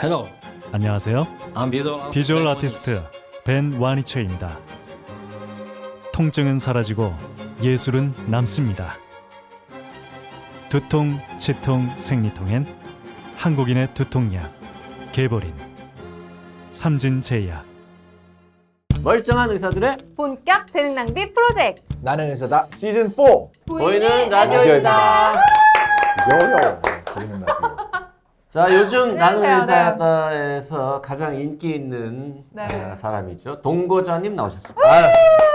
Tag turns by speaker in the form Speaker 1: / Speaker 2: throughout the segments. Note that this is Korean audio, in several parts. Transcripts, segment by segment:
Speaker 1: Hello,
Speaker 2: 안녕하세요.
Speaker 1: I'm visual.
Speaker 2: 비주얼 아티스트 벤 와니체입니다. 통증은 사라지고 예술은 남습니다. 두통, 치통, 생리통엔 한국인의 두통약 개보린 삼진제약
Speaker 3: 멀쩡한 의사들의
Speaker 4: 본격 재능 낭비 프로젝트
Speaker 5: 나는 의사다 시즌 4
Speaker 4: 네,
Speaker 3: 보이는 라디오입니다.
Speaker 5: 라디오입니다. 여여 보이는 라디오
Speaker 3: 자, 요즘 나는
Speaker 4: 안녕하세요.
Speaker 3: 의사다에서 가장 인기 있는
Speaker 4: 네.
Speaker 3: 어, 사람이죠. 동거자님 나오셨습니다.
Speaker 5: 아,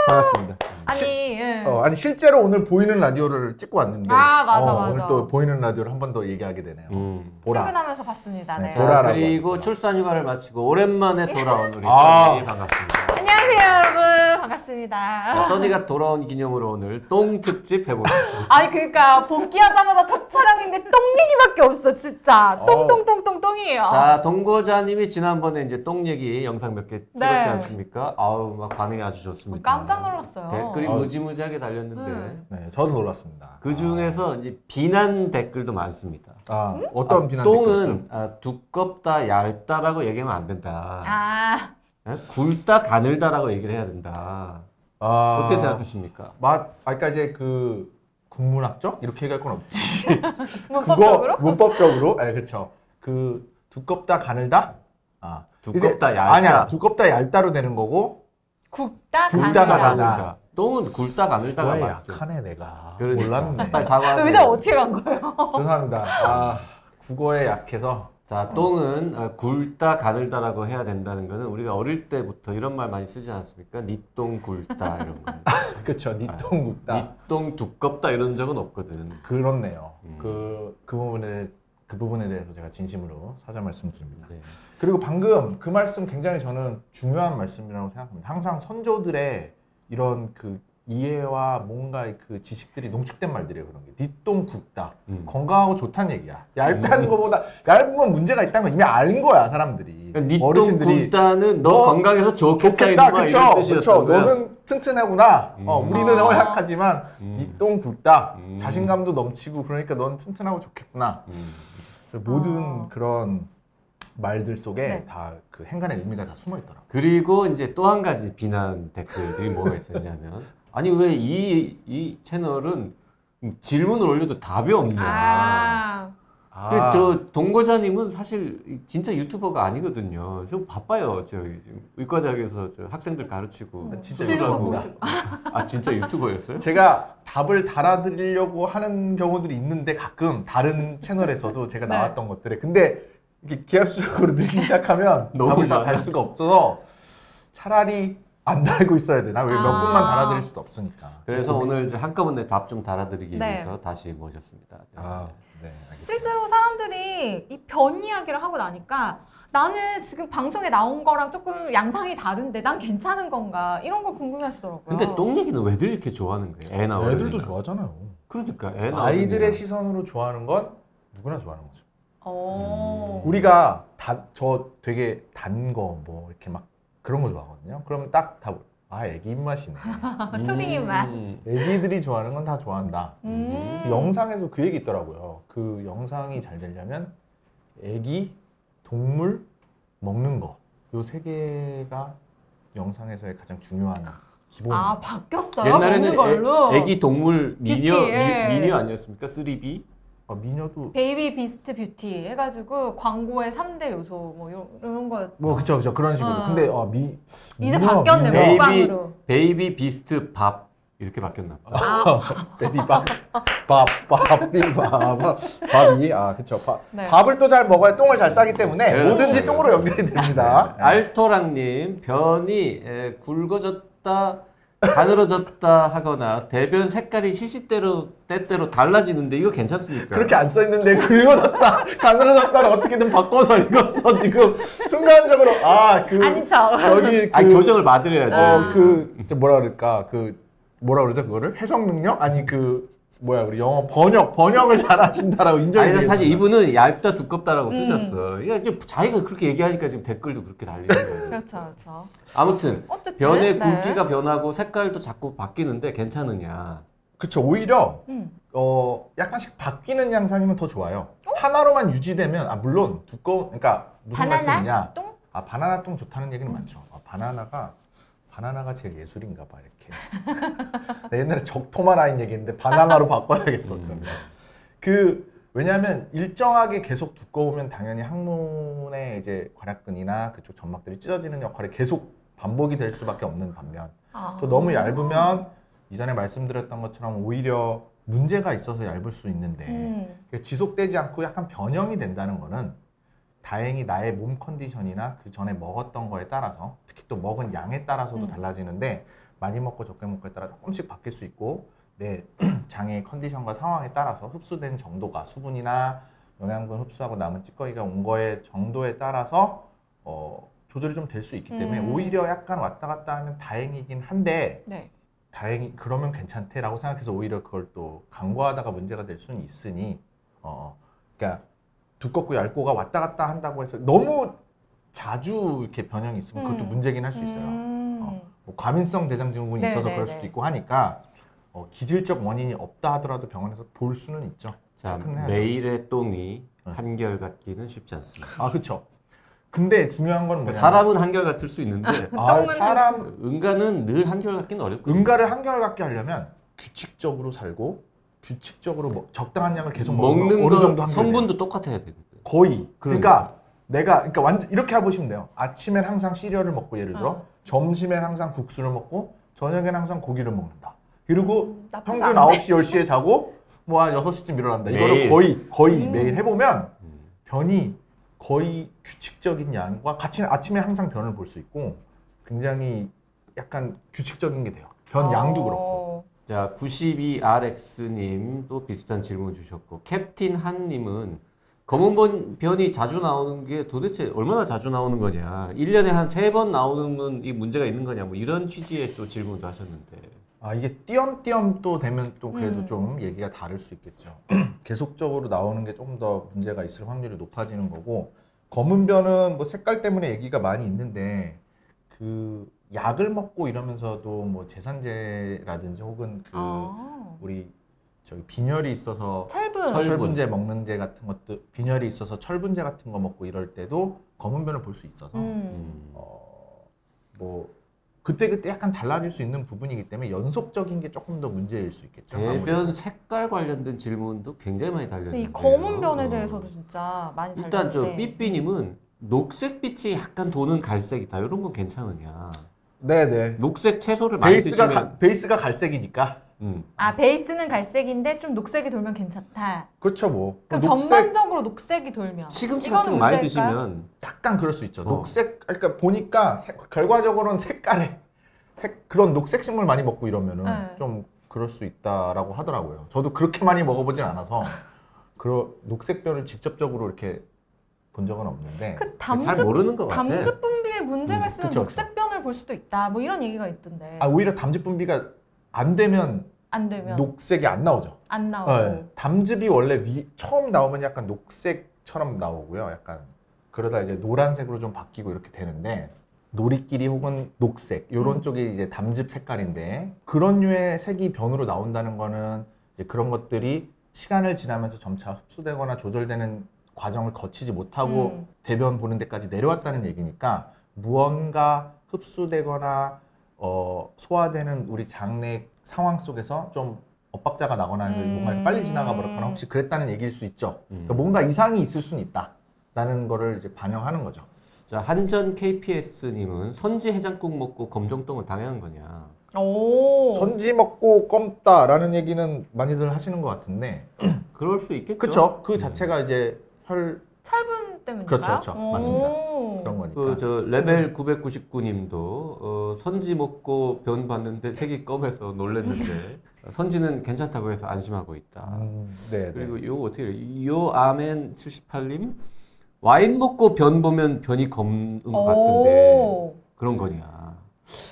Speaker 5: 반갑습니다
Speaker 4: 아니 예.
Speaker 5: 어, 아니 실제로 오늘 보이는 라디오를 찍고 왔는데
Speaker 4: 아, 맞아,
Speaker 5: 어,
Speaker 4: 맞아.
Speaker 5: 오늘 또 보이는 라디오를 한 번 더 얘기하게 되네요
Speaker 3: 음.
Speaker 5: 보라
Speaker 4: 출근하면서 봤습니다 네.
Speaker 5: 자, 보라라고
Speaker 3: 그리고
Speaker 5: 합니다.
Speaker 3: 출산 휴가를 마치고 오랜만에 돌아온 우리
Speaker 5: 아.
Speaker 3: 써니 반갑습니다.
Speaker 4: 안녕하세요 여러분
Speaker 3: 자,
Speaker 4: 반갑습니다
Speaker 3: 써니가 돌아온 기념으로 오늘 똥 특집 해보겠습니다.
Speaker 4: 아니 그러니까 복귀하자마자 첫 촬영인데 똥 얘기밖에 없어 진짜
Speaker 5: 어.
Speaker 4: 똥똥똥똥 똥이에요
Speaker 3: 자, 동거자님이 지난번에 이제 똥 얘기 영상 몇 개 찍었지
Speaker 4: 네.
Speaker 3: 않습니까? 아우, 막 반응이 아주 좋습니다.
Speaker 4: 깜짝 놀랐어요
Speaker 3: 댓글이
Speaker 5: 아우.
Speaker 3: 무지무지하게 달렸는데
Speaker 4: 음.
Speaker 5: 네 저도 놀랐습니다
Speaker 3: 그 중에서 이제 비난 댓글도 많습니다.
Speaker 5: 아,
Speaker 4: 음?
Speaker 5: 어떤
Speaker 3: 아,
Speaker 5: 비난
Speaker 3: 똥은 아, 두껍다 얇다라고 얘기하면 안 된다.
Speaker 4: 아
Speaker 3: 예? 굵다 가늘다라고 얘기를 해야 된다.
Speaker 5: 아,
Speaker 3: 어떻게 생각하십니까?
Speaker 5: 맛 아까 이제 그 국문학적 이렇게 얘기할 건 없지
Speaker 4: 문법적으로?
Speaker 5: 그거 문법적으로 아 그렇죠 그 두껍다 가늘다 아
Speaker 3: 두껍다
Speaker 5: 이제-
Speaker 3: 얇다.
Speaker 5: 아니야 두껍다 얇다로 되는 거고
Speaker 4: 굵다
Speaker 5: 굵다,
Speaker 4: 가늘다
Speaker 5: 가늘다.
Speaker 3: 가늘다. 똥은 굵다 가늘다가
Speaker 5: 그거에
Speaker 3: 맞죠.
Speaker 5: 약하네 내가
Speaker 3: 그러니까.
Speaker 5: 몰랐네
Speaker 3: 빨리 사과하세요.
Speaker 4: 의대 어떻게 간 거예요?
Speaker 5: 죄송합니다. 아, 국어에 약해서
Speaker 3: 자, 똥은 아, 굵다 가늘다라고 해야 된다는 거는 우리가 어릴 때부터 이런 말 많이 쓰지 않습니까? 니똥 굵다 이런 거.
Speaker 5: 그쵸 니똥 굽다
Speaker 3: 니똥 두껍다 이런 적은 없거든.
Speaker 5: 그렇네요.
Speaker 3: 음.
Speaker 5: 그, 그 부분에 그 부분에 대해서 제가 진심으로 사죄 말씀드립니다.
Speaker 3: 네.
Speaker 5: 그리고 방금 그 말씀 굉장히 저는 중요한 말씀이라고 생각합니다. 항상 선조들의 이런 그 이해와 뭔가 그 지식들이 농축된 말들이에요 그런 게 니똥 굵다
Speaker 3: 음.
Speaker 5: 건강하고 좋다는 얘기야 얇다는 거보다 얇은 건 문제가 있다는 걸 이미 안 거야 사람들이
Speaker 3: 그러니까 니똥 굵다는 너
Speaker 5: 어,
Speaker 3: 건강해서 좋겠다,
Speaker 5: 좋겠다,
Speaker 3: 이런
Speaker 5: 그쵸?
Speaker 3: 뜻이었던
Speaker 5: 그쵸?
Speaker 3: 거야.
Speaker 5: 너는 튼튼하구나. 어,
Speaker 3: 음.
Speaker 5: 우리는
Speaker 4: 아.
Speaker 5: 어, 약하지만
Speaker 3: 음.
Speaker 5: 니똥 굵다.
Speaker 3: 음.
Speaker 5: 자신감도 넘치고 그러니까 넌 튼튼하고 좋겠구나.
Speaker 3: 음.
Speaker 5: 그래서 모든
Speaker 4: 아.
Speaker 5: 그런 말들 속에
Speaker 4: 네.
Speaker 5: 다 그 행간의 의미가 다 숨어 있더라고.
Speaker 3: 그리고 이제 또 한 가지 비난 댓글들이 뭐가 있었냐면 아니 왜 이 이 채널은 질문을 올려도 답이
Speaker 5: 네.
Speaker 3: 없냐.
Speaker 4: 아
Speaker 3: 그 저 동거자님은 사실 진짜 유튜버가 아니거든요. 좀 바빠요. 저 지금 의과대학에서 저 학생들 가르치고
Speaker 5: 아, 진짜
Speaker 3: 수술하고.
Speaker 4: 음, 실로
Speaker 5: 유튜버구나.
Speaker 4: 보시고
Speaker 3: 아 진짜 유튜버였어요?
Speaker 5: 제가 답을 달아드리려고 하는 경우들이 있는데 가끔 다른 채널에서도 제가
Speaker 4: 네.
Speaker 5: 나왔던 것들에 근데 이렇게 기하수적으로 늘기 시작하면
Speaker 3: 너무
Speaker 5: 답을
Speaker 3: 많아.
Speaker 5: 다달 수가 없어서 차라리 안 달고 있어야 되나 왜 몇
Speaker 4: 아.
Speaker 5: 분만 달아드릴 수도 없으니까
Speaker 3: 그래서 오늘 이제 한꺼번에 답 좀 달아드리기
Speaker 4: 네.
Speaker 3: 위해서 다시 모셨습니다.
Speaker 5: 아, 네, 알겠습니다.
Speaker 4: 실제로 사람들이 이 변 이야기를 하고 나니까 나는 지금 방송에 나온 거랑 조금 양상이 다른데 난 괜찮은 건가 이런 걸 궁금해 하시더라고요.
Speaker 3: 근데 똥 얘기는 왜들 이렇게 좋아하는 거예요? 애 나오는
Speaker 5: 애들도
Speaker 3: 애나.
Speaker 5: 좋아하잖아요.
Speaker 3: 그러니까 애 나오는 애나.
Speaker 5: 아이들의 시선으로 좋아하는 건 누구나 좋아하는 거죠.
Speaker 4: 어.
Speaker 5: 우리가 다, 저 되게 단 거 뭐 이렇게 막 그런 거 좋아하거든요. 그러면 딱 다, 아, 애기 입맛이네.
Speaker 4: 아, 초딩 입맛.
Speaker 3: 음.
Speaker 5: 애기들이 좋아하는 건 다 좋아한다.
Speaker 4: 음.
Speaker 5: 영상에서 그 얘기 있더라고요. 그 영상이 잘 되려면 애기, 동물, 먹는 거. 요 세 개가 영상에서의 가장 중요한 기본.
Speaker 4: 아 바뀌었어요. 먹는 걸로.
Speaker 3: 옛날에는 뭐. 애, 애기 동물 미녀
Speaker 4: 뷰티, 예.
Speaker 3: 미, 녀 아니었습니까? 3B
Speaker 5: 아, 미녀도.
Speaker 4: 베이비 비스트 뷰티 해가지고 광고의 3대 요소 뭐 요- 이런 거
Speaker 5: 뭐, 그쵸, 그쵸. 그런 식으로.
Speaker 4: 어.
Speaker 5: 근데, 아, 미.
Speaker 4: 이제
Speaker 5: 미녀,
Speaker 4: 바뀌었네 뭐.
Speaker 5: 미녀.
Speaker 3: 베이비.
Speaker 4: 먹방으로.
Speaker 3: 베이비 비스트 밥 이렇게 바뀌었나 봐.
Speaker 5: 베비밥 밥밥 비밥 밥이 아 그쵸 밥
Speaker 4: 네.
Speaker 5: 밥을 또 잘 먹어야 똥을 잘 싸기 때문에
Speaker 3: 그렇죠.
Speaker 5: 뭐든지 똥으로 연결이 됩니다
Speaker 3: 알토랑님 변이 에, 굵어졌다 가늘어졌다 하거나 대변 색깔이 시시때로 때때로 달라지는데 이거 괜찮습니까?
Speaker 5: 그렇게 아, 안 써있는데 긁어졌다 가늘어졌다를 어떻게든 바꿔서 읽었어 지금 순간적으로 아그
Speaker 3: 음.
Speaker 4: 아니 아. 저.
Speaker 5: 저기 그
Speaker 3: 아니 교정을 받으려야죠.
Speaker 5: 어그 뭐라 그럴까 그 뭐라 그러죠 그거를 해석 능력 아니 그 뭐야 우리 영어 번역 번역을 잘하신다라고 인정이
Speaker 3: 아니 사실
Speaker 5: 되겠습니다.
Speaker 3: 이분은 얇다 두껍다라고
Speaker 4: 음.
Speaker 3: 쓰셨어. 이게 이제 자기가 그렇게 얘기하니까 지금 댓글도 그렇게 달리는 거예요.
Speaker 4: 그렇죠, 그렇죠.
Speaker 3: 아무튼
Speaker 4: 어쨌든
Speaker 3: 변의
Speaker 4: 네.
Speaker 3: 굵기가 변하고 색깔도 자꾸 바뀌는데 괜찮으냐?
Speaker 5: 그쵸 오히려
Speaker 4: 음.
Speaker 5: 어 약간씩 바뀌는 양상이면 더 좋아요. 하나로만 유지되면 아 물론 두꺼운 그러니까 무슨
Speaker 4: 바나나?
Speaker 5: 말씀이냐?
Speaker 4: 똥?
Speaker 5: 아 바나나 똥 좋다는 얘기는 많죠. 아, 바나나가 바나나가 제일 예술인가 봐 이렇게. 나 옛날에 적토마 라인 얘기했는데 바나나로 바꿔야겠었죠.
Speaker 3: 음.
Speaker 5: 그 왜냐하면 일정하게 계속 두꺼우면 당연히 항문의 이제 괄약근이나 그쪽 점막들이 찢어지는 역할이 계속 반복이 될 수밖에 없는 반면
Speaker 4: 아.
Speaker 5: 또 너무 얇으면 이전에 말씀드렸던 것처럼 오히려 문제가 있어서 얇을 수 있는데
Speaker 4: 음.
Speaker 5: 그러니까 지속되지 않고 약간 변형이 된다는 거는 다행히 나의 몸 컨디션이나 그 전에 먹었던 거에 따라서 특히 또 먹은 양에 따라서도
Speaker 4: 음.
Speaker 5: 달라지는데 많이 먹고 적게 먹고에 따라 조금씩 바뀔 수 있고 내 장의 컨디션과 상황에 따라서 흡수된 정도가 수분이나 영양분 흡수하고 남은 찌꺼기가 온 거의 정도에 따라서 어, 조절이 좀 될 수 있기 때문에
Speaker 4: 음.
Speaker 5: 오히려 약간 왔다 갔다 하면 다행이긴 한데
Speaker 4: 네.
Speaker 5: 다행히 그러면 괜찮대라고 생각해서 오히려 그걸 또 간과하다가 문제가 될 수는 있으니 어 그러니까 두껍고 얇고가 왔다 갔다 한다고 해서 너무 자주 이렇게 변형이 있으면 그것도
Speaker 4: 음.
Speaker 5: 문제긴 할 수 있어요.
Speaker 4: 음.
Speaker 5: 어. 뭐 과민성 대장증후군이
Speaker 4: 네,
Speaker 5: 있어서
Speaker 4: 네,
Speaker 5: 그럴
Speaker 4: 네.
Speaker 5: 수도 있고 하니까 어, 기질적 원인이 없다 하더라도 병원에서 볼 수는 있죠.
Speaker 3: 자,
Speaker 5: 체크는 해야죠.
Speaker 3: 매일의 똥이
Speaker 5: 네.
Speaker 3: 한결같기는 쉽지 않습니다.
Speaker 5: 아 그렇죠. 근데 중요한 건 뭐냐면
Speaker 3: 사람은 한결같을 수 있는데
Speaker 5: 아, 사람
Speaker 3: 은가는 늘 한결같기는 어렵거든요.
Speaker 5: 응가를 한결같게 하려면 규칙적으로 살고 규칙적으로 뭐 적당한 양을 계속
Speaker 3: 먹는
Speaker 5: 먹으면 어느 정도
Speaker 3: 거
Speaker 5: 한결
Speaker 3: 성분도 똑같아야 되거든요.
Speaker 5: 거의.
Speaker 3: 그럼요.
Speaker 5: 그러니까 내가 그러니까 완전 이렇게 해보시면 돼요. 아침엔 항상 시리얼을 먹고 예를 들어 점심엔 항상 국수를 먹고 저녁엔 항상 고기를 먹는다. 그리고
Speaker 4: 음, 나쁘지
Speaker 5: 평균
Speaker 4: 않네.
Speaker 5: 9시 10시에 자고 뭐 한 6시쯤 일어난다.
Speaker 3: 매일.
Speaker 5: 이거를 거의 거의
Speaker 4: 음.
Speaker 5: 매일 해보면
Speaker 3: 음.
Speaker 5: 변이 거의 규칙적인 양과 같이 아침에 항상 변을 볼 수 있고 굉장히 약간 규칙적인 게 돼요. 변
Speaker 4: 어.
Speaker 5: 양도 그렇고.
Speaker 3: 자, 92RX님 또 비슷한 질문 주셨고 캡틴 한님은 검은 번- 변이 자주 나오는 게 도대체 얼마나 자주 나오는 거냐? 1년에 한 세 번 나오는 건 이 문제가 있는 거냐? 뭐 이런 취지의 또 질문도 하셨는데.
Speaker 5: 아 이게 띄엄띄엄 또 되면 또 그래도
Speaker 4: 음.
Speaker 5: 좀 얘기가 다를 수 있겠죠. 계속적으로 나오는 게 조금 더 문제가 있을 확률이 높아지는 거고 검은 변은 뭐 색깔 때문에 얘기가 많이 있는데 그 약을 먹고 이러면서도 뭐 재산제라든지 혹은 그
Speaker 4: 아.
Speaker 5: 우리 저기 빈혈이 있어서
Speaker 4: 철분. 음.
Speaker 3: 철-
Speaker 5: 철분제 먹는제 같은 것도 빈혈이 있어서 철분제 같은 거 먹고 이럴 때도 검은 변을 볼 수 있어서
Speaker 4: 음.
Speaker 3: 음.
Speaker 5: 어, 뭐 그때 그때 약간 달라질 수 있는 부분이기 때문에 연속적인 게 조금 더 문제일 수 있겠죠.
Speaker 3: 네, 대변
Speaker 5: 아무래도.
Speaker 3: 색깔 관련된 질문도 굉장히 많이 달려
Speaker 4: 근데
Speaker 3: 있는데.
Speaker 4: 음. 이 검은 변에 대해서도 진짜 많이
Speaker 3: 네, 어. 일단 저
Speaker 4: 달렸는데.
Speaker 3: 삐삐님은 녹색 빛이 약간 도는 갈색이다. 이런 건 괜찮으냐?
Speaker 5: 네네.
Speaker 3: 녹색 채소를 많이
Speaker 5: 베이스가
Speaker 3: 드시면
Speaker 5: 가, 베이스가 갈색이니까.
Speaker 3: 음.
Speaker 4: 아 베이스는 갈색인데 좀 녹색이 돌면 괜찮다.
Speaker 5: 그렇죠 뭐.
Speaker 4: 그럼
Speaker 5: 녹색
Speaker 4: 전반적으로 녹색이 돌면
Speaker 3: 시금치
Speaker 4: 아, 이거는
Speaker 3: 같은 거 많이
Speaker 4: 문제일까요?
Speaker 3: 드시면
Speaker 5: 약간 그럴 수 있죠.
Speaker 3: 어.
Speaker 5: 녹색 그러니까 보니까 색- 결과적으로는 색깔에 색, 그런 녹색 식물 많이 먹고 이러면은
Speaker 4: 네.
Speaker 5: 좀 그럴 수 있다라고 하더라고요. 저도 그렇게 많이 먹어보진 않아서 그런 녹색별을 직접적으로 이렇게 본 적은 없는데.
Speaker 3: 잘
Speaker 4: 그 담즙
Speaker 3: 모르는 것 같아.
Speaker 4: 담즙 분비에 문제가
Speaker 3: 음,
Speaker 4: 있으면
Speaker 5: 그쵸, 그쵸.
Speaker 4: 녹색 변을 볼 수도 있다. 뭐 이런 얘기가 있던데
Speaker 5: 아 오히려 담즙 분비가 안 되면
Speaker 4: 안 되면
Speaker 5: 녹색이 안 나오죠.
Speaker 4: 안 나오고
Speaker 5: 네. 담즙이 원래 위, 처음 나오면 약간 녹색처럼 나오고요. 약간 그러다 이제 노란색으로 좀 바뀌고 이렇게 되는데 노리끼리 혹은 녹색 이런
Speaker 4: 음.
Speaker 5: 쪽이 이제 담즙 색깔인데 그런 류의 색이 변으로 나온다는 거는 이제 그런 것들이 시간을 지나면서 점차 흡수되거나 조절되는 과정을 거치지 못하고
Speaker 4: 음.
Speaker 5: 대변 보는 데까지 내려왔다는 얘기니까 무언가 흡수되거나 어, 소화되는 우리 장내 상황 속에서 좀 엇박자가 나거나 해서
Speaker 4: 음.
Speaker 5: 뭔가 빨리 지나가 버렸거나 혹시 그랬다는 얘기일 수 있죠.
Speaker 3: 음.
Speaker 5: 그러니까 뭔가 이상이 있을 수는 있다라는 거를 이제 반영하는 거죠.
Speaker 3: 자 한전 KPS님은 선지 해장국 먹고 검정똥은 당연한 거냐?
Speaker 4: 오.
Speaker 5: 선지 먹고 검다라는 얘기는 많이들 하시는 것 같은데
Speaker 3: 그럴 수 있겠죠.
Speaker 5: 그렇죠. 그
Speaker 3: 음.
Speaker 5: 자체가 이제 혈
Speaker 4: 철분 때문인가요?
Speaker 5: 그렇죠, 그렇죠. 맞습니다.
Speaker 4: 오.
Speaker 5: 그런 거니까.
Speaker 4: 그러니까.
Speaker 3: 그 저 레벨 999님도 어, 선지 먹고 변 봤는데 색이 검해서 놀랬는데 선지는 괜찮다고 해서 안심하고 있다.
Speaker 5: 음, 네, 네.
Speaker 3: 그리고 요 어떻게 해요? 요 아멘 78님 와인 먹고 변 보면 변이 검은 것 같던데
Speaker 4: 오.
Speaker 3: 그런 거냐? 아,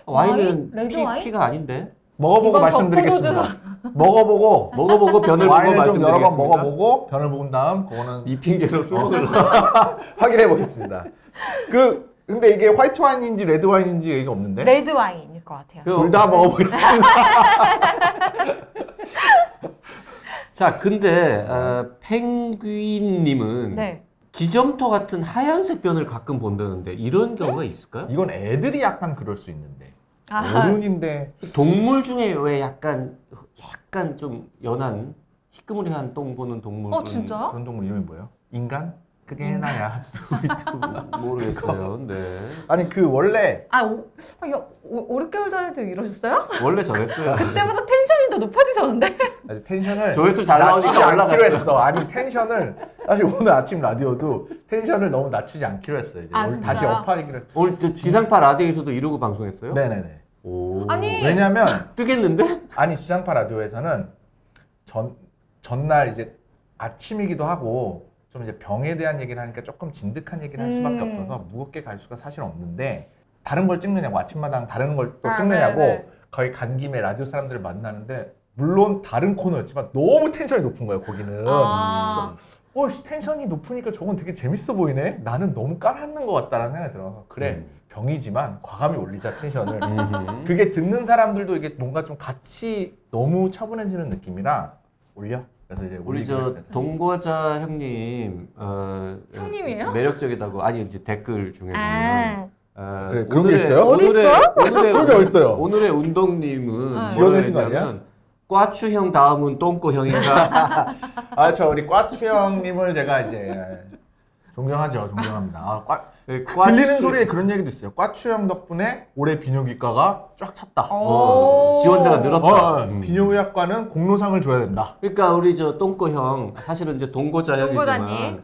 Speaker 4: 와인?
Speaker 3: 와인은
Speaker 4: 레드
Speaker 3: 피,
Speaker 4: 와인?
Speaker 3: 피가 아닌데
Speaker 5: 먹어보고
Speaker 4: 이건
Speaker 5: 말씀드리겠습니다. 먹어보고
Speaker 3: 먹어보고 변을 보고
Speaker 5: 와인을 좀 여러
Speaker 3: 말씀드리겠습니다.
Speaker 5: 번 먹어보고 변을 본 다음 그거는
Speaker 3: 이 핑계로 술 먹을
Speaker 5: 확인해 보겠습니다. 그 근데 이게 화이트 와인인지 레드 와인인지 얘기가 없는데
Speaker 4: 레드
Speaker 5: 그
Speaker 4: 와인일 것 같아요.
Speaker 3: 그-
Speaker 5: 둘 다 먹어보겠습니다.
Speaker 3: 자, 근데 어, 펭귄님은
Speaker 4: 네.
Speaker 3: 지점토 같은 하얀색 변을 가끔 본다는데 이런 경우가 있을까요?
Speaker 5: 이건 애들이 약간 그럴 수 있는데 음.
Speaker 4: 아,
Speaker 5: 어른인데
Speaker 3: 동물 중에 왜 약간 약간 좀 연한 희끄무리한 똥 보는 동물은
Speaker 4: 어 진짜요?
Speaker 5: 그런 동물 이름이 뭐예요? 인간? 그게 나야.
Speaker 3: 모르겠어요. 네.
Speaker 5: 아니 그 원래
Speaker 4: 아, 오, 아, 여, 오, 6개월 전에도 이러셨어요?
Speaker 3: 원래 저랬어요.
Speaker 4: 그때보다 텐션이 더
Speaker 5: 네,
Speaker 4: 높아지셨는데?
Speaker 5: 아직 텐션을
Speaker 3: 조회수 잘
Speaker 5: 낮추지
Speaker 3: 나오니까
Speaker 5: 않기로
Speaker 3: 올라갔어.
Speaker 5: 했어. 아니 텐션을 사실 오늘 아침 라디오도 텐션을 너무 낮추지 않기로 했어요. 이제
Speaker 4: 아,
Speaker 5: 오늘 다시
Speaker 4: 진짜요?
Speaker 5: 업하기로 했
Speaker 3: 오늘 저 지상파 라디오에서도 이러고 방송했어요?
Speaker 5: 네네네.
Speaker 3: 오.
Speaker 4: 아니.
Speaker 5: 왜냐면
Speaker 3: 뜨겠는데?
Speaker 5: 아니 지상파 라디오에서는 전 전날 이제 아침이기도 하고 좀 이제 병에 대한 얘기를 하니까 조금 진득한 얘기를 할 수밖에
Speaker 4: 음.
Speaker 5: 없어서 무겁게 갈 수가 사실 없는데 다른 걸 찍느냐고 아침마당 다른 걸 또
Speaker 4: 아,
Speaker 5: 찍느냐고
Speaker 4: 네, 네.
Speaker 5: 거의 간 김에 라디오 사람들을 만나는데 물론 다른 코너였지만 너무 텐션이 높은 거예요 거기는
Speaker 4: 아,
Speaker 5: 어, 씨, 텐션이 높으니까 저건 되게 재밌어 보이네 나는 너무 깔았는 것 같다라는 생각이 들어서 그래 병이지만 과감히 올리자 텐션을
Speaker 3: 음.
Speaker 5: 그게 듣는 사람들도 이게 뭔가 좀 같이 너무 차분해지는 느낌이라 올려. 그래서 이제
Speaker 3: 우리
Speaker 5: 올리기로
Speaker 3: 저
Speaker 5: 했어요.
Speaker 3: 동거자 형님 어,
Speaker 4: 형님이에요?
Speaker 3: 매력적이다고 아니 이제 댓글
Speaker 5: 네.
Speaker 3: 중에 보면
Speaker 4: 아,
Speaker 3: 어,
Speaker 5: 그래, 그런 게
Speaker 3: 오늘의-
Speaker 5: 있어요?
Speaker 3: 오늘의-
Speaker 4: 어디 있어?
Speaker 3: 오늘의
Speaker 5: 그런 게 어딨어요?
Speaker 3: 오늘의 운동님은 뭐라
Speaker 5: 지어내신 거 아니야?
Speaker 3: 했냐면, 꽈추 형 다음은 똥꼬 형인가?
Speaker 5: 아, 저 우리 꽈추 형님을 제가 이제 존경하죠. 존경합니다. 아, 꽈,
Speaker 3: 네,
Speaker 5: 들리는
Speaker 3: 꽈추-
Speaker 5: 소리에 그런 얘기도 있어요. 꽈추 형 덕분에 올해 비뇨기과가 쫙 찼다.
Speaker 4: 오.
Speaker 3: 어, 지원자가 늘었다.
Speaker 5: 어,
Speaker 3: 음.
Speaker 5: 비뇨의학과는 공로상을 줘야 된다.
Speaker 3: 그러니까 우리 저 똥꼬 형 사실은 이제 동거자 형이지만
Speaker 4: 동거자님.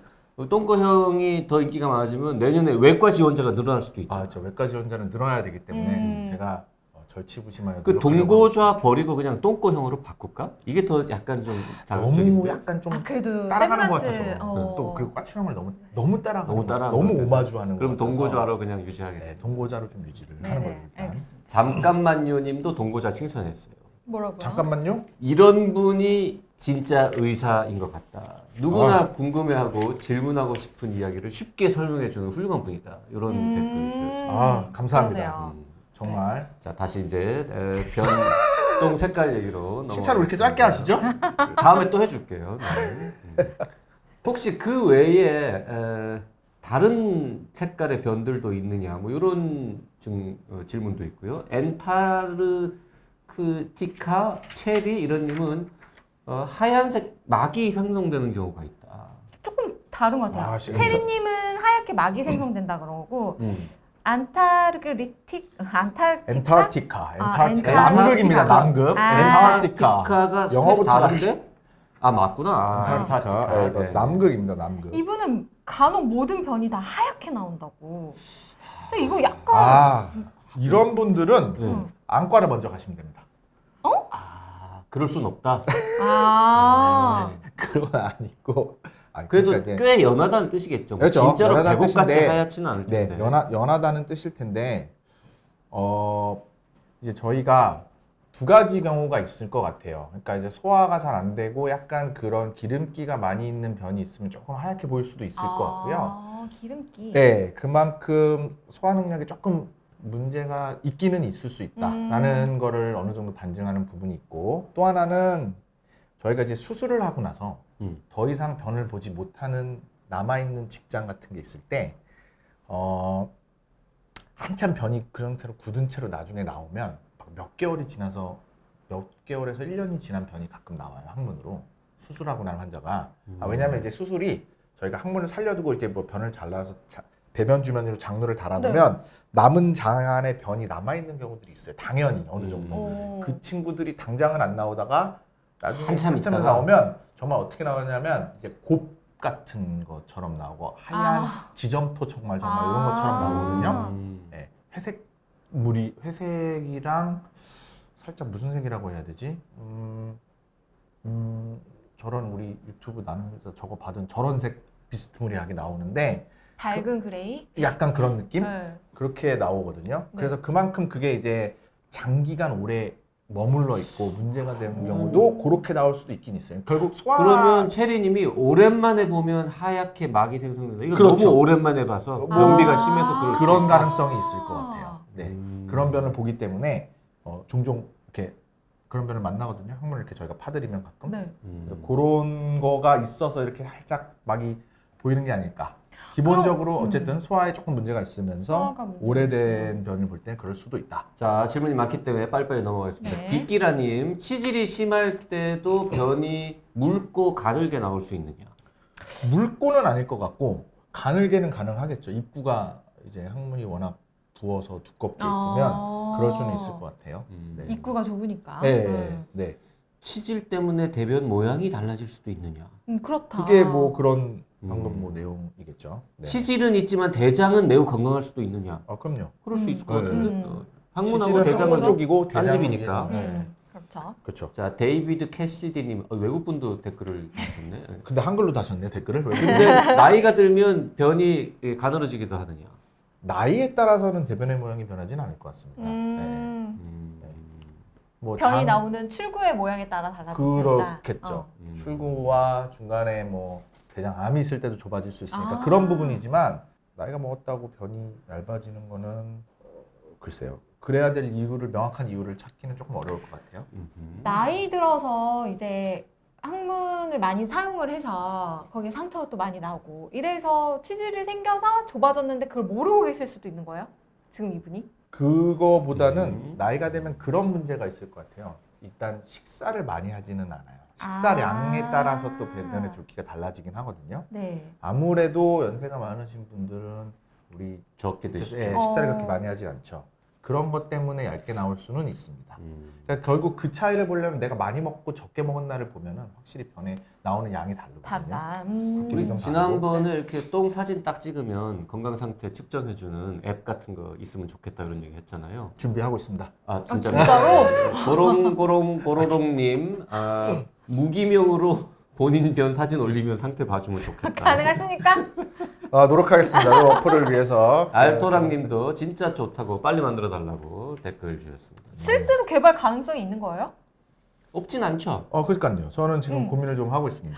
Speaker 3: 똥꼬 형이 더 인기가 많아지면 내년에 외과 지원자가 늘어날 수도 있죠.
Speaker 5: 아, 저 외과 지원자는 늘어나야 되기 때문에
Speaker 4: 음.
Speaker 5: 제가 어, 절치부심하여
Speaker 3: 그
Speaker 5: 노력하려고
Speaker 3: 동고좌 버리고 그냥 똥꼬 형으로 바꿀까? 이게 더 약간 좀
Speaker 5: 너무
Speaker 3: 자극적인데.
Speaker 5: 약간 좀
Speaker 4: 아 그래도
Speaker 5: 따라가는 것
Speaker 4: 선글라스,
Speaker 5: 같아서 네,
Speaker 4: 어.
Speaker 5: 또 그리고 꽈추 형을 너무 너무 따라가는
Speaker 3: 너무
Speaker 5: 것 같아서
Speaker 3: 따라가는
Speaker 5: 너무
Speaker 3: 것 같아서.
Speaker 5: 오마주하는
Speaker 3: 그럼
Speaker 5: 것 같아서.
Speaker 3: 동고좌로 그냥 유지하겠습니다.
Speaker 5: 네, 동고자로 좀 유지를 하는 걸로
Speaker 4: 네네,
Speaker 5: 일단.
Speaker 4: 알겠습니다.
Speaker 3: 잠깐만요님도 동고좌 칭찬했어요.
Speaker 4: 뭐라고요?
Speaker 5: 잠깐만요.
Speaker 3: 이런 분이 진짜 의사인 것 같다. 누구나
Speaker 5: 아.
Speaker 3: 궁금해하고 질문하고 싶은 이야기를 쉽게 설명해주는 훌륭한 분이다. 이런
Speaker 4: 음,
Speaker 3: 댓글을 주셨어요.
Speaker 5: 아, 감사합니다.
Speaker 4: 그러네요.
Speaker 3: 음.
Speaker 5: 정말
Speaker 3: 자 다시 이제 에, 변동 색깔 얘기로
Speaker 5: 칭찬을 왜 이렇게
Speaker 3: 네. 넘어가겠습니다. 네,
Speaker 5: 짧게 하시죠?
Speaker 4: 아,
Speaker 3: 다음에 또 해줄게요. 네. 음. 혹시 그 외에 에, 다른 색깔의 변들도 있느냐 뭐 이런 좀 어, 질문도 있고요. 엔타르크티카 체리 이런 님은 어, 하얀색 막이 생성되는 경우가 있다.
Speaker 4: 조금 다른 것 같아요.
Speaker 5: 음. 아, 진짜.
Speaker 4: 체리님은 하얗게 막이 생성된다 그러고
Speaker 3: 음.
Speaker 4: 안타르그리틱 안타르티카
Speaker 5: 엔타르티카,
Speaker 4: 아,
Speaker 5: 엔타르티카,
Speaker 4: 엔타르티카.
Speaker 5: 남극입니다. 남극,
Speaker 4: 아.
Speaker 5: 엔타르티카.
Speaker 3: 티카가
Speaker 5: 영어부터
Speaker 3: 그 다른데? 아 맞구나. 아,
Speaker 5: 엔타르티카, 예, 이거
Speaker 3: 네.
Speaker 5: 남극입니다. 남극.
Speaker 4: 이분은 간혹 모든 변이 다 하얗게 나온다고. 근데 이거 약간
Speaker 5: 아, 이런 분들은
Speaker 3: 네.
Speaker 4: 음.
Speaker 5: 안과를 먼저 가시면 됩니다.
Speaker 3: 아, 그럴 순 없다.
Speaker 4: 아.
Speaker 3: 네.
Speaker 5: 그건 아니고. 아니,
Speaker 3: 그래도
Speaker 5: 그러니까 이제
Speaker 3: 꽤 연하다는 뜻이겠죠. 뭐
Speaker 5: 그렇죠.
Speaker 3: 진짜로
Speaker 5: 연하다는
Speaker 3: 백옥같이
Speaker 5: 뜻인데,
Speaker 3: 하얗지는 않을 텐데.
Speaker 5: 네, 연하, 연하다는 뜻일 텐데 어, 이제 저희가 두 가지 경우가 있을 것 같아요. 그러니까 이제 소화가 잘 안 되고 약간 그런 기름기가 많이 있는 변이 있으면 조금 하얗게 보일 수도 있을 것 같고요.
Speaker 4: 아, 기름기.
Speaker 5: 네, 그만큼 소화 능력이 조금 문제가 있기는 있을 수 있다라는 거를 어느 정도 반증하는 부분이 있고 또 하나는 저희가 이제 수술을 하고 나서
Speaker 3: 음.
Speaker 5: 더 이상 변을 보지 못하는 남아있는 직장 같은 게 있을 때 어, 한참 변이 그런 채로 굳은 채로 나중에 나오면 막몇 개월이 지나서 몇 개월에서 1년이 지난 변이 가끔 나와요 항문으로 수술하고 난 환자가
Speaker 3: 음.
Speaker 5: 아, 왜냐하면 이제 수술이 저희가 항문을 살려두고 이렇게 뭐 변을 잘라서 자- 배변 주변으로 장로를 달아놓으면 남은 장 안에 변이 남아있는 경우들이 있어요 당연히 어느
Speaker 3: 음.
Speaker 5: 정도
Speaker 4: 오.
Speaker 5: 그 친구들이 당장은 안 나오다가 나중에
Speaker 3: 한참
Speaker 5: 한참 에
Speaker 3: 있다가.
Speaker 5: 나오면 정말 어떻게 나오냐면 이제 곱 같은 것처럼 나오고 하얀
Speaker 4: 아.
Speaker 5: 지점토 정말 정말 이런 것처럼 나오거든요.
Speaker 4: 아.
Speaker 3: 음.
Speaker 5: 예, 회색 물이 회색이랑 살짝 무슨 색이라고 해야 되지? 음, 음 저런 우리 유튜브 나눔에서 저거 받은 저런 색 비스트무리하게 나오는데
Speaker 4: 밝은 그레이.
Speaker 5: 약간 그런 느낌?
Speaker 4: 네.
Speaker 5: 그렇게 나오거든요.
Speaker 4: 네.
Speaker 5: 그래서 그만큼 그게 이제 장기간 오래 머물러 있고 문제가 되는 경우도 그렇게 나올 수도 있긴 있어요. 결국 소화
Speaker 3: 아. 그러면 체리님이 오랜만에 보면 하얗게 막이 생성된다. 이거
Speaker 5: 그렇죠.
Speaker 3: 너무 오랜만에 봐서
Speaker 5: 뭐
Speaker 3: 변비가
Speaker 4: 아.
Speaker 3: 심해서 그럴 수도
Speaker 5: 그런
Speaker 3: 있다.
Speaker 5: 가능성이 있을 것 같아요. 네.
Speaker 3: 음.
Speaker 5: 그런 변을 보기 때문에 어, 종종 이렇게 그런 변을 만나거든요. 항문을 이렇게 저희가 파드리면 가끔.
Speaker 4: 네.
Speaker 3: 음.
Speaker 5: 그래서 그런 거가 있어서 이렇게 살짝 막이 보이는 게 아닐까. 기본적으로
Speaker 4: 그럼, 음.
Speaker 5: 어쨌든 소화에 조금 문제가 있으면서
Speaker 4: 소화가 문제가
Speaker 5: 오래된 변을 볼 때는 그럴 수도 있다.
Speaker 3: 자 질문이 많기 때문에 빨리빨리 넘어가겠습니다.
Speaker 4: 네.
Speaker 3: 빗기라님 치질이 심할 때도 변이 묽고 가늘게 나올 수 있느냐?
Speaker 5: 물고는 아닐 것 같고 가늘게는 가능하겠죠. 입구가 이제 항문이 워낙 부어서 두껍게 있으면
Speaker 4: 아.
Speaker 5: 그럴 수는 있을 것 같아요. 네.
Speaker 4: 입구가 좁으니까.
Speaker 5: 네,
Speaker 4: 음.
Speaker 5: 네.
Speaker 3: 치질 때문에 대변 모양이 달라질 수도 있느냐?
Speaker 4: 음, 그렇다.
Speaker 5: 그게 뭐 그런
Speaker 3: 음.
Speaker 5: 방금 뭐 내용이겠죠. 네.
Speaker 3: 치질은 있지만 대장은 매우 건강할 수도 있느냐?
Speaker 5: 어, 그럼요.
Speaker 3: 그럴 수
Speaker 4: 음.
Speaker 3: 있을 것 같은데
Speaker 4: 음.
Speaker 3: 어, 항문하고
Speaker 5: 치질은
Speaker 3: 대장은
Speaker 5: 항문 쪽이고
Speaker 3: 딴
Speaker 5: 대장은
Speaker 3: 집이니까.
Speaker 5: 위에- 네.
Speaker 4: 음, 그렇죠.
Speaker 5: 그렇죠.
Speaker 3: 자 데이비드 캐시디님 어, 외국분도 댓글을 주셨네.
Speaker 5: 근데 한글로 다셨네요 댓글을. 왜 그래?
Speaker 3: 근데 나이가 들면 변이 예, 가늘어지기도 하느냐?
Speaker 5: 나이에 따라서는 대변의 모양이 변하진 않을 것 같습니다. 네.
Speaker 4: 음,
Speaker 3: 음.
Speaker 5: 뭐
Speaker 4: 변이
Speaker 5: 장-
Speaker 4: 나오는 출구의 모양에 따라 달라진다.
Speaker 5: 그렇겠죠.
Speaker 4: 어.
Speaker 3: 음.
Speaker 5: 출구와 중간에 뭐 대장암이 있을 때도 좁아질 수 있으니까
Speaker 4: 아.
Speaker 5: 그런 부분이지만 나이가 먹었다고 변이 얇아지는 거는 어, 글쎄요. 그래야 될 이유를 명확한 이유를 찾기는 조금 어려울 것 같아요.
Speaker 3: 음흠.
Speaker 4: 나이 들어서 이제 항문을 많이 사용을 해서 거기에 상처가 또 많이 나고 이래서 치질이 생겨서 좁아졌는데 그걸 모르고 계실 수도 있는 거예요? 지금 이분이?
Speaker 5: 그거보다는
Speaker 3: 음.
Speaker 5: 나이가 되면 그런 문제가 있을 것 같아요. 일단 식사를 많이 하지는 않아요. 식사량에
Speaker 4: 아.
Speaker 5: 따라서 또 배변의 줄기가 달라지긴 하거든요.
Speaker 4: 네.
Speaker 5: 아무래도 연세가 많으신 분들은 우리
Speaker 3: 적게
Speaker 5: 예,
Speaker 3: 드시죠.
Speaker 5: 식사를
Speaker 4: 어.
Speaker 5: 그렇게 많이 하지 않죠. 그런 것 때문에 얇게 나올 수는 있습니다.
Speaker 3: 음.
Speaker 5: 그러니까 결국 그 차이를 보려면 내가 많이 먹고 적게 먹은 날을 보면은 확실히 변에 나오는 양이 다르거든요.
Speaker 4: 다르다.
Speaker 5: 붓기도
Speaker 3: 우리
Speaker 5: 좀
Speaker 4: 음.
Speaker 3: 지난번에 이렇게 똥 사진 딱 찍으면 건강 상태 측정해주는 앱 같은 거 있으면 좋겠다 그런 얘기 했잖아요.
Speaker 5: 준비하고 있습니다.
Speaker 3: 아
Speaker 4: 아,
Speaker 3: 진짜.
Speaker 4: 진짜로?
Speaker 3: 고롱고롱 고로롱님 아, 무기명으로 본인 변 사진 올리면 상태 봐주면 좋겠다.
Speaker 4: 가능하십니까?
Speaker 5: 아, 노력하겠습니다. 이 어플을 위해서. 아, 네,
Speaker 3: 알토랑님도 진짜 좋다고 빨리 만들어 달라고 댓글 주셨습니다.
Speaker 4: 실제로 개발 가능성이 있는 거예요?
Speaker 3: 없진 않죠.
Speaker 5: 어, 그러니까요. 저는 지금
Speaker 4: 음.
Speaker 5: 고민을 좀 하고 있습니다.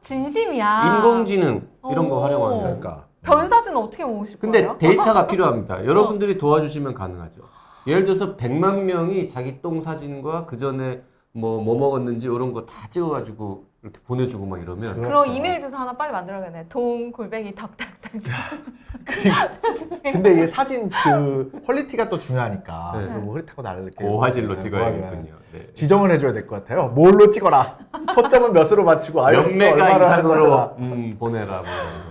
Speaker 4: 진심이야.
Speaker 3: 인공지능 이런 거
Speaker 4: 아. 오.
Speaker 3: 활용하면.
Speaker 5: 그러니까
Speaker 4: 변 사진 어떻게 모으실
Speaker 3: 근데
Speaker 4: 거예요? 어.
Speaker 3: 데이터가 필요합니다. 여러분들이 도와주시면 가능하죠. 예를 들어서 100만 명이 자기 똥 사진과 그 전에 뭐 뭐 먹었는지 이런 거 다 찍어가지고 이렇게 보내주고 막 이러면
Speaker 4: 그럼
Speaker 5: 그렇죠.
Speaker 4: 이메일 주소 하나 빨리 만들어야겠네. 동 골뱅이 덕덕덕.
Speaker 5: 그 근데 이게 사진 그 퀄리티가 또 중요하니까
Speaker 3: 네.
Speaker 5: 뭐 흐릿하고 날게
Speaker 3: 고화질로
Speaker 5: 네,
Speaker 3: 찍어야겠군요. 네.
Speaker 5: 지정을 해줘야 될 것 같아요. 뭘로 찍어라. 초점은 몇으로 맞추고
Speaker 3: 몇
Speaker 5: IS
Speaker 3: 메가
Speaker 5: 얼마로 하더라.
Speaker 3: 이상으로 음, 보내라 뭐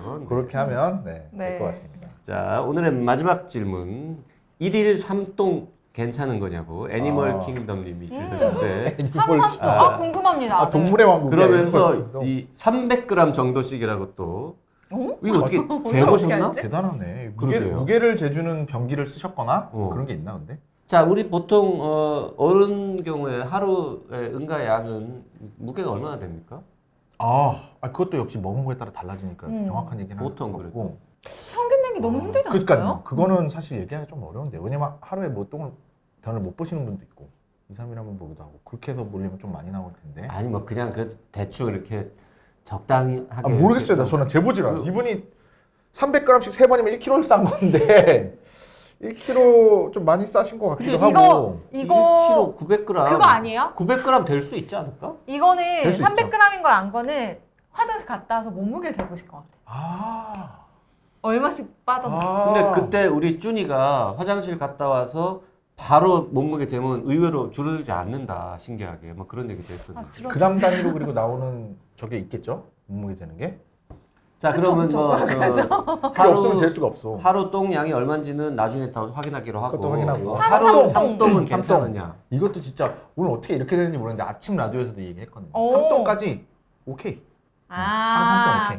Speaker 3: 이런 거.
Speaker 5: 그렇게 하면 네,
Speaker 4: 네.
Speaker 5: 될것 같습니다.
Speaker 3: 자 오늘의 마지막 질문 일일 삼똥 괜찮은 거냐고 애니멀
Speaker 5: 아. 음.
Speaker 3: 킹덤님이
Speaker 4: 음.
Speaker 3: 주셨는데
Speaker 4: 하루
Speaker 5: 이걸-
Speaker 4: 30분. 아, 궁금합니다.
Speaker 5: 아, 동물의 왕국.
Speaker 3: 그러면서 이 300g 정도씩이라고 또
Speaker 4: 어?
Speaker 3: 이거 어떻게
Speaker 4: 어떻게
Speaker 3: 재보셨나?
Speaker 4: 알지?
Speaker 5: 대단하네. 무게,
Speaker 3: 그러게요.
Speaker 5: 무게를 재주는 병기를 쓰셨거나
Speaker 3: 어.
Speaker 5: 그런 게 있나 근데?
Speaker 3: 자, 우리 보통 어, 어른 경우에 하루의 응가 양은 무게가 얼마나 됩니까?
Speaker 5: 아, 아, 그것도 역시 먹은 거에 따라 달라지니까
Speaker 4: 음.
Speaker 5: 정확한 얘기는 할
Speaker 3: 보통
Speaker 5: 것 같고.
Speaker 4: 평균 내기 너무
Speaker 3: 어,
Speaker 4: 힘들지 않아요?
Speaker 5: 그러니까 그거는 사실 얘기하기 좀 어려운데요. 왜냐면 하루에 뭐 똥을 변을 못 보시는 분도 있고 2, 3일 한번 보기도 하고 그렇게 해서 몰리면 좀 많이 나올 텐데.
Speaker 3: 아니 뭐 그냥 그래도 대충 이렇게 적당히
Speaker 5: 아,
Speaker 3: 하게
Speaker 5: 모르겠어요. 나
Speaker 3: 이렇게
Speaker 5: 저는 재보질 않아요.
Speaker 3: 그-
Speaker 5: 이분이 300g씩 세 번이면 1kg를 싼 건데 1kg 좀 많이 싸신 것 같기도
Speaker 4: 근데
Speaker 5: 하고.
Speaker 4: 이거
Speaker 3: 1kg 900g
Speaker 4: 그거 아니에요?
Speaker 3: 900g 될 수 있지 않을까?
Speaker 4: 이거는
Speaker 5: 될수 있죠.
Speaker 4: 300g인 걸 안 거는 화장실 갔다 와서 몸무게를 재보실 것 같아요.
Speaker 5: 아.
Speaker 4: 얼마씩 빠졌나?
Speaker 5: 아.
Speaker 3: 근데 그때 우리 준이가 화장실 갔다 와서 바로 몸무게 재면 의외로 줄어들지 않는다 신기하게 막 그런 얘기도 했었는데
Speaker 4: 아, 줄어.
Speaker 5: 그람 단위로 그리고 나오는 저게 있겠죠? 몸무게 재는 게?
Speaker 3: 자
Speaker 4: 그쵸,
Speaker 3: 그러면
Speaker 4: 그쵸.
Speaker 3: 뭐저
Speaker 5: 그게
Speaker 3: 하루
Speaker 5: 없으면 잴 수가 없어.
Speaker 3: 하루 똥 양이 얼마인지는 나중에 다 확인하기로 하고
Speaker 5: 그것도 확인하고.
Speaker 4: 하루
Speaker 3: 하루
Speaker 4: 삼
Speaker 3: 삼똥은
Speaker 5: 똥.
Speaker 3: 괜찮으냐
Speaker 5: 이것도 진짜 오늘 어떻게 이렇게 되는지 모르는데 아침 라디오에서도 얘기했거든요.
Speaker 4: 오.
Speaker 5: 3똥까지 오케이.
Speaker 4: 아.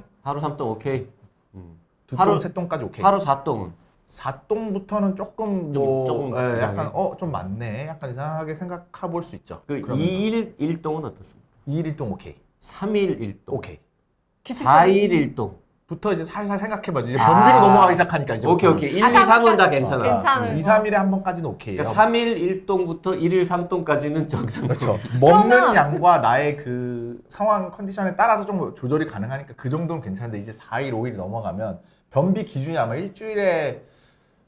Speaker 3: 하루
Speaker 5: 하루 3똥 오케이.
Speaker 3: 삼똥 오케이 음.
Speaker 5: 두
Speaker 3: 하루-
Speaker 5: 똥, 세 똥까지 오케이.
Speaker 3: 하루 사똥은
Speaker 5: 4똥부터는 조금 뭐
Speaker 3: 조금
Speaker 5: 예,
Speaker 3: 이상해. 약간
Speaker 5: 약간 어 좀 많네. 약간 이상하게 생각해 볼 수 있죠.
Speaker 3: 그
Speaker 5: 그러면서.
Speaker 3: 2일 1동은 어떻습니까?
Speaker 5: 2일 1똥 오케이.
Speaker 3: 3일 1동
Speaker 5: 오케이.
Speaker 4: 기초
Speaker 3: 4일 1동
Speaker 5: 부터 이제 살살 생각해 봐야지. 이제
Speaker 3: 아.
Speaker 5: 변비로 넘어가기 시작하니까 이제. 뭐
Speaker 3: 오케이 오케이 1, 2,
Speaker 4: 아,
Speaker 3: 3은 다
Speaker 4: 삼-
Speaker 3: 괜찮아
Speaker 4: 괜찮은
Speaker 5: 2,
Speaker 4: 거.
Speaker 5: 3일에 한 번까지는 오케이예요.
Speaker 3: 그러니까 3일 1동부터 1일 3동까지는 정상
Speaker 5: 그렇죠. 먹는
Speaker 4: 그러면-
Speaker 5: 양과 나의 그 상황 컨디션에 따라서 좀 조절이 가능하니까 그 정도는 괜찮은데 이제 4일, 5일 넘어가면 변비 기준이 아마 일주일에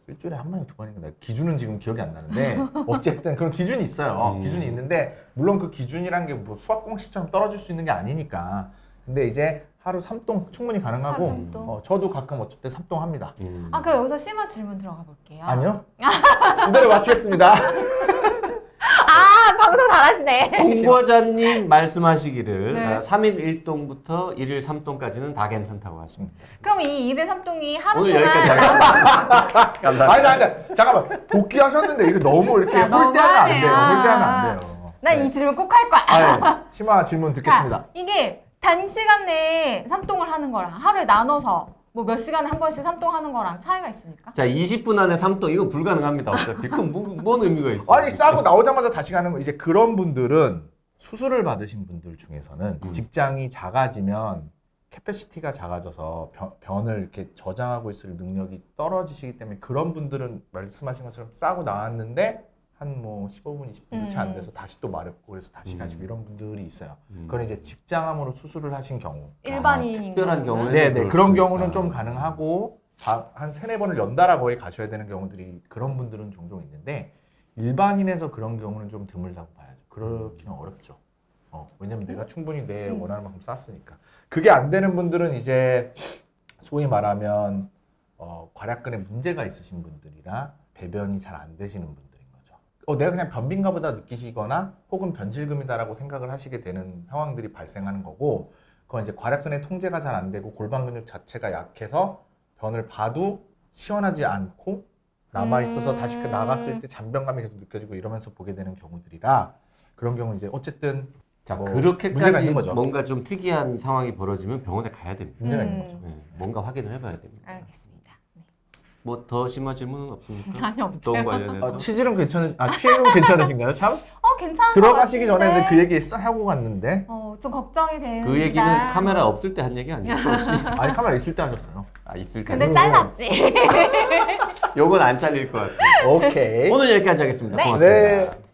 Speaker 5: 일주일에 한 번인가 두 번인가 내가 기준은 지금 기억이 안 나는데 어쨌든 그런 기준이 있어요.
Speaker 3: 음.
Speaker 5: 기준이 있는데 물론 그 기준이란 게 뭐 수학 공식처럼 떨어질 수 있는 게 아니니까. 근데 이제 하루 삼동 충분히
Speaker 4: 하루
Speaker 5: 가능하고
Speaker 4: 삼 동.
Speaker 5: 어, 저도 가끔 어쩔 때 삼동 합니다.
Speaker 3: 음.
Speaker 4: 아 그럼 여기서 심한 질문 들어가 볼게요.
Speaker 5: 아니요? 이대로 마치겠습니다.
Speaker 4: 아 방송 잘하시네.
Speaker 3: 동거자님 말씀하시기를
Speaker 4: 네.
Speaker 3: 아, 3일 1동부터 1일 3동까지는 다 괜찮다고 하십니다.
Speaker 4: 그럼 이 일일 삼동이 하루
Speaker 3: 오늘
Speaker 4: 동안
Speaker 3: 여기까지 감사합니다.
Speaker 5: 아니, 아니, 아니, 잠깐만. 복귀하셨는데 이거 너무 이렇게
Speaker 4: 야, 너무
Speaker 5: 홀대하면 안 돼요.
Speaker 4: 하네요.
Speaker 5: 홀대하면 안 돼요.
Speaker 4: 나 이 질문 꼭 할 거야.
Speaker 5: 아, 심화 질문 듣겠습니다.
Speaker 4: 자, 이게 단시간 내에 삼동을 하는 거랑 하루에 나눠서 뭐 몇 시간에 한 번씩 삼동하는 거랑 차이가 있습니까?
Speaker 3: 자, 20분 안에 3동 이건 불가능합니다. 어차피 그건 무, 뭔 의미가 있어요?
Speaker 5: 아니 싸고 나오자마자 다시 가는 거 이제 그런 분들은 수술을 받으신 분들 중에서는
Speaker 3: 음.
Speaker 5: 직장이 작아지면 캐패시티가 작아져서 변, 변을 이렇게 저장하고 있을 능력이 떨어지시기 때문에 그런 분들은 말씀하신 것처럼 싸고 나왔는데 한 뭐 15분 20분 차안
Speaker 4: 음.
Speaker 5: 돼서 다시 또 마렵고 그래서 다시
Speaker 3: 음.
Speaker 5: 가시고 이런 분들이 있어요.
Speaker 3: 음.
Speaker 5: 그건 이제 직장암으로 수술을 하신 경우.
Speaker 4: 일반인인
Speaker 3: 특별한
Speaker 4: 거구나.
Speaker 3: 경우에
Speaker 5: 네, 네.
Speaker 3: 그럴
Speaker 5: 그런
Speaker 3: 수도
Speaker 5: 경우는
Speaker 3: 있다.
Speaker 5: 좀 가능하고 다- 한 세네 번을 연달아 거의 가셔야 되는 경우들이 그런 분들은 종종 있는데 일반인에서 그런 경우는 좀 드물다고 봐야죠. 그렇기는 어렵죠. 어, 왜냐면 내가 충분히 내
Speaker 4: 음.
Speaker 5: 원하는 만큼 쌌으니까. 그게 안 되는 분들은 이제 소위 말하면 어, 괄약근에 문제가 있으신 분들이라 배변이 잘 안 되시는 분들인 거죠. 어, 내가 그냥 변빈가 보다 느끼시거나 혹은 변질금이다라고 생각을 하시게 되는 상황들이 발생하는 거고 그건 이제 괄약근의 통제가 잘 안 되고 골반 근육 자체가 약해서 변을 봐도 시원하지 않고 남아 있어서
Speaker 4: 음.
Speaker 5: 다시 그 나갔을 때 잔변감이 계속 느껴지고 이러면서 보게 되는 경우들이라 그런 경우 이제 어쨌든
Speaker 3: 자,
Speaker 5: 뭐 문제가
Speaker 3: 그렇게까지
Speaker 5: 있는 거죠.
Speaker 3: 뭔가 좀 특이한 상황이 벌어지면 병원에 가야 됩니다.
Speaker 5: 문제가
Speaker 4: 음.
Speaker 5: 있는 거죠.
Speaker 3: 네, 뭔가 확인을 해봐야 됩니다.
Speaker 4: 알겠습니다. 네.
Speaker 3: 뭐 더 심한 질문은 없습니까?
Speaker 4: 아니 없어요.
Speaker 3: 돈 관련해서
Speaker 5: 아, 치질은 괜찮으 아 치질은 괜찮으신가요? 참
Speaker 4: 어 괜찮아. 네.
Speaker 5: 들어가시기 전에 그 얘기 싹 하고 갔는데
Speaker 4: 어좀 걱정이
Speaker 5: 아,
Speaker 4: 되는.
Speaker 3: 그 얘기는 카메라 없을 때 한 얘기 아니에요? 혹시?
Speaker 5: 아니 카메라 있을 때 하셨어요.
Speaker 3: 아, 있을 때.
Speaker 4: 근데 잘랐지.
Speaker 3: 요건 안 잘릴 것 같습니다.
Speaker 5: 오케이.
Speaker 3: 오늘 여기까지 하겠습니다.
Speaker 4: 네.
Speaker 3: 고맙습니다.
Speaker 5: 네.